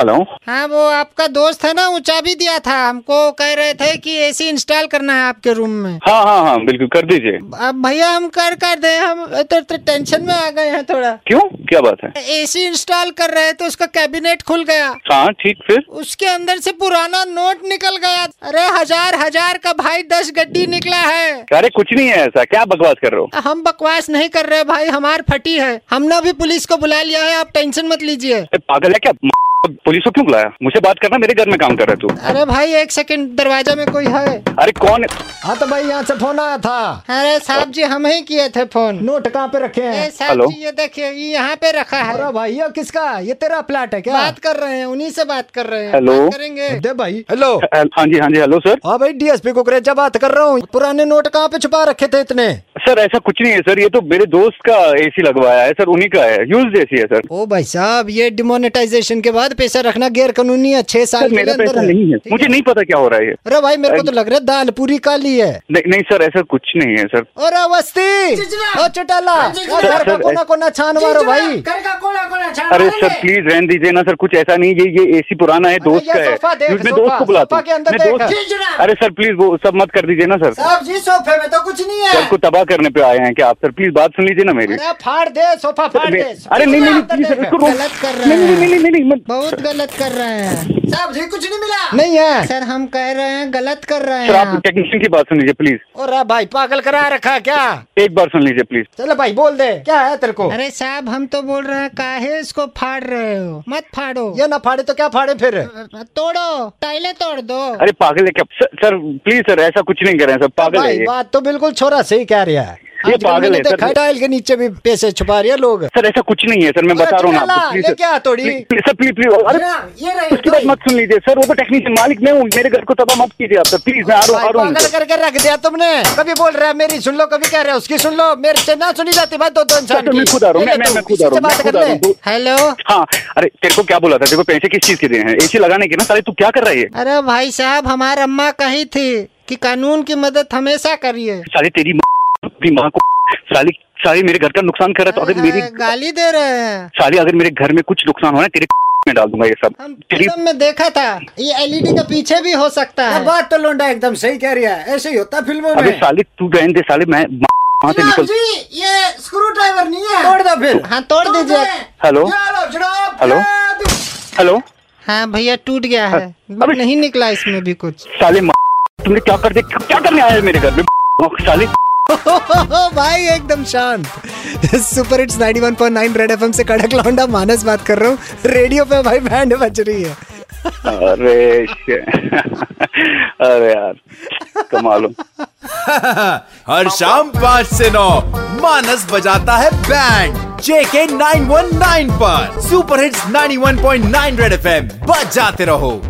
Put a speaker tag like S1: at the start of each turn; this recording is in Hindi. S1: हेलो
S2: हाँ वो आपका दोस्त है ना वो चाबी दिया था हमको कह रहे थे कि एसी इंस्टॉल करना है आपके रूम में
S1: हाँ हाँ हाँ बिल्कुल कर दीजिए
S2: अब भैया हम कर कर दे हम तो, तो टेंशन में आ गए हैं थोड़ा
S1: क्यों क्या बात है
S2: एसी इंस्टॉल कर रहे थे उसका कैबिनेट खुल गया
S1: हाँ ठीक फिर
S2: उसके अंदर से पुराना नोट निकल गया अरे हजार हजार का भाई दस गड्डी निकला है
S1: अरे कुछ नहीं है ऐसा क्या बकवास कर रहे हो
S2: हम बकवास नहीं कर रहे भाई हमार फटी है हमने अभी पुलिस को बुला लिया है आप टेंशन मत लीजिए
S1: ए, पागल है क्या म- पुलिस को क्यों बुलाया मुझे बात करना मेरे घर में काम कर रहा है तू
S2: अरे भाई एक सेकंड दरवाजा में कोई है
S1: अरे कौन है?
S3: हाँ तो भाई यहाँ से फोन आया था
S2: अरे साहब जी हम ही किए थे फोन
S3: नोट कहाँ पे रखे
S2: ए,
S3: हैं
S2: साहब
S1: हेलो?
S2: जी ये देखिए ये यहाँ पे रखा है
S3: अरे भाई ये किसका ये तेरा प्लाट है क्या
S2: बात कर रहे हैं उन्हीं से बात कर रहे हैं
S1: हेलो?
S2: बात करेंगे
S3: दे भाई हेलो
S1: अ, हाँ जी हाँ जी हेलो सर
S3: हाँ भाई डीएसपी कुकरेजा बात कर रहा हूँ पुराने नोट कहाँ पे छुपा रखे थे इतने
S1: सर ऐसा कुछ नहीं है सर ये तो मेरे दोस्त का एसी लगवाया है सर उन्हीं का है यूज एसी है सर
S2: ओ भाई साहब ये डिमोनेटाइजेशन के बाद पैसा रखना गैर कानूनी है छह
S3: हाँ,
S2: साल
S1: सर
S2: के
S1: मेरा
S2: अंदर
S1: पैसा
S2: है।
S1: नहीं है मुझे नहीं पता क्या हो रहा है ये
S2: अरे भाई मेरे को तो लग रहा है दाल पूरी काली है
S1: नहीं नहीं सर ऐसा कुछ नहीं है सर
S2: और अवस्थी ओ चुटाला ओ घर का
S1: सर,
S3: कोना कोना छान मारो भाई
S1: अरे सर प्लीज रहन दीजिए ना सर कुछ ऐसा नहीं ये ये एसी पुराना है दोस्त
S3: ये
S1: का है
S3: सोफा देख,
S1: मैं
S3: सोफा,
S1: दोस्त को बुलाता
S3: सोफा के
S1: हूँ
S3: अंदर
S1: मैं
S3: देख।
S1: दोस्त अरे सर प्लीज वो सब मत कर दीजिए ना सर
S3: साहब जी सोफे में तो कुछ नहीं
S1: सर को तबाह करने पे आए हैं क्या आप सर प्लीज बात सुन लीजिए ना मेरी
S3: अरे फाड़ दे सोफा फाड़ दे
S1: अरे नहीं नहीं
S3: तो
S1: प्लीज सर इसको रोक-
S2: गलत कर रहे
S1: नहीं नहीं नहीं
S2: हैं
S1: नहीं नहीं मत-
S2: बहुत गलत कर रहे हैं
S3: साहब जी कुछ नहीं मिला नहीं है
S2: सर हम कह रहे हैं गलत कर रहे
S1: सर
S2: हैं
S1: आप
S2: आप।
S1: टेक्नीशियन की बात सुन लीजिए प्लीज
S3: और हाँ भाई पागल करा रखा क्या
S1: एक बार सुन लीजिए प्लीज
S3: चलो भाई बोल दे क्या है तेरे को
S2: अरे साहब हम तो बोल रहे हैं काहे इसको फाड़ रहे हो मत फाड़ो
S3: ये ना फाड़े तो क्या फाड़े फिर
S2: तोड़ो टाइले तोड़ दो
S1: अरे पागल है क्या सर- सर प्लीज सर ऐसा कुछ नहीं कर रहे हैं सर पागल है
S3: भाई
S1: ये
S3: बात तो बिल्कुल छोरा सही कह रहा है
S1: ये
S3: आजकल
S1: पागल
S3: मैंने
S1: है, सर।
S3: देखा है टाइल के नीचे भी पैसे छुपा रहे हैं लोग
S1: सर ऐसा कुछ नहीं है सर मैं
S3: अरे
S1: बता रहा हूँ ना
S3: चला,
S1: आपको प्लीज
S3: ये क्या
S1: सर
S3: तोड़ी?
S1: Please please- sir please please अरे
S3: ये
S1: उसकी बात मत सुन लीजिए सर वो तो टेक्नीशियन मालिक मैं हूँ मेरे घर को तबाह मत कीजिए आप सर प्लीज मैं आ रहा हूँ- आ रहा हूँ
S3: पागल करके रख दिया तुमने कभी बोल रहा है मेरी सुन लो कभी कह रहा है उसकी सुन लो मेरे से ना सुनी जाती बात दो दो
S1: सर
S3: इंसान
S1: सर, मैं
S3: की।
S1: खुद आ रहा हूँ
S3: ले
S1: मैं- मैं
S3: तू,
S1: मैं खुद आ
S3: किसी से
S1: रहा हूँ मैं
S3: बात
S1: खुद
S3: कर
S1: आ रहा
S3: ले।
S1: हूँ दो-
S2: हेलो
S1: हाँ अरे तेरे को क्या बोला था तेरे को पैसे किस चीज के देने हैं एसी लगाने के ना साले तू क्या कर रहा है ये?
S2: अरे भाई साहब हमारा अम्मा कही थी कि कानून की मदद हमेशा करिए
S1: साले तेरी माँ- अपनी माँ को साले साले मेरे घर का नुकसान कर रहा है तो अगर मेरी
S2: अ, गाली दे रहे हैं
S1: साले अगर मेरे घर में कुछ नुकसान हो ना तेरे में डाल दूंगा ये सब
S2: हम
S1: तेरी
S2: फिल्म में देखा था ये एलईडी के पीछे भी हो सकता
S3: ये
S2: है
S3: बात तो लोंडा एकदम सही कह रहा है ऐसे ही होता फिल्मों
S1: अबे साले तू बहन दे साले मैं वहां से निकल
S2: ये स्क्रू ड्राइवर नहीं है
S3: तोड़ दो फिर
S2: हाँ तोड़ दीजिए
S1: हेलो हेलो हेलो
S2: हाँ भैया टूट गया है
S1: अबे-
S2: नहीं निकला इसमें भी कुछ
S1: साले माँ, तुमने क्या कर दिया क्या करने आया है मेरे घर में साले
S2: भाई एकदम शांत सुपर हिट्स 91.9 रेड एफएम से कड़क लौंडा मानस बात कर रहा हूँ रेडियो पे भाई बैंड बज रही है
S1: अरे shit. अरे यार कमाल हो
S4: हाँ, हर शाम पाँच से नौ मानस बजाता है band JK nine one nine पर सुपर हिट्स 91.9 रेड एफएम बजाते रहो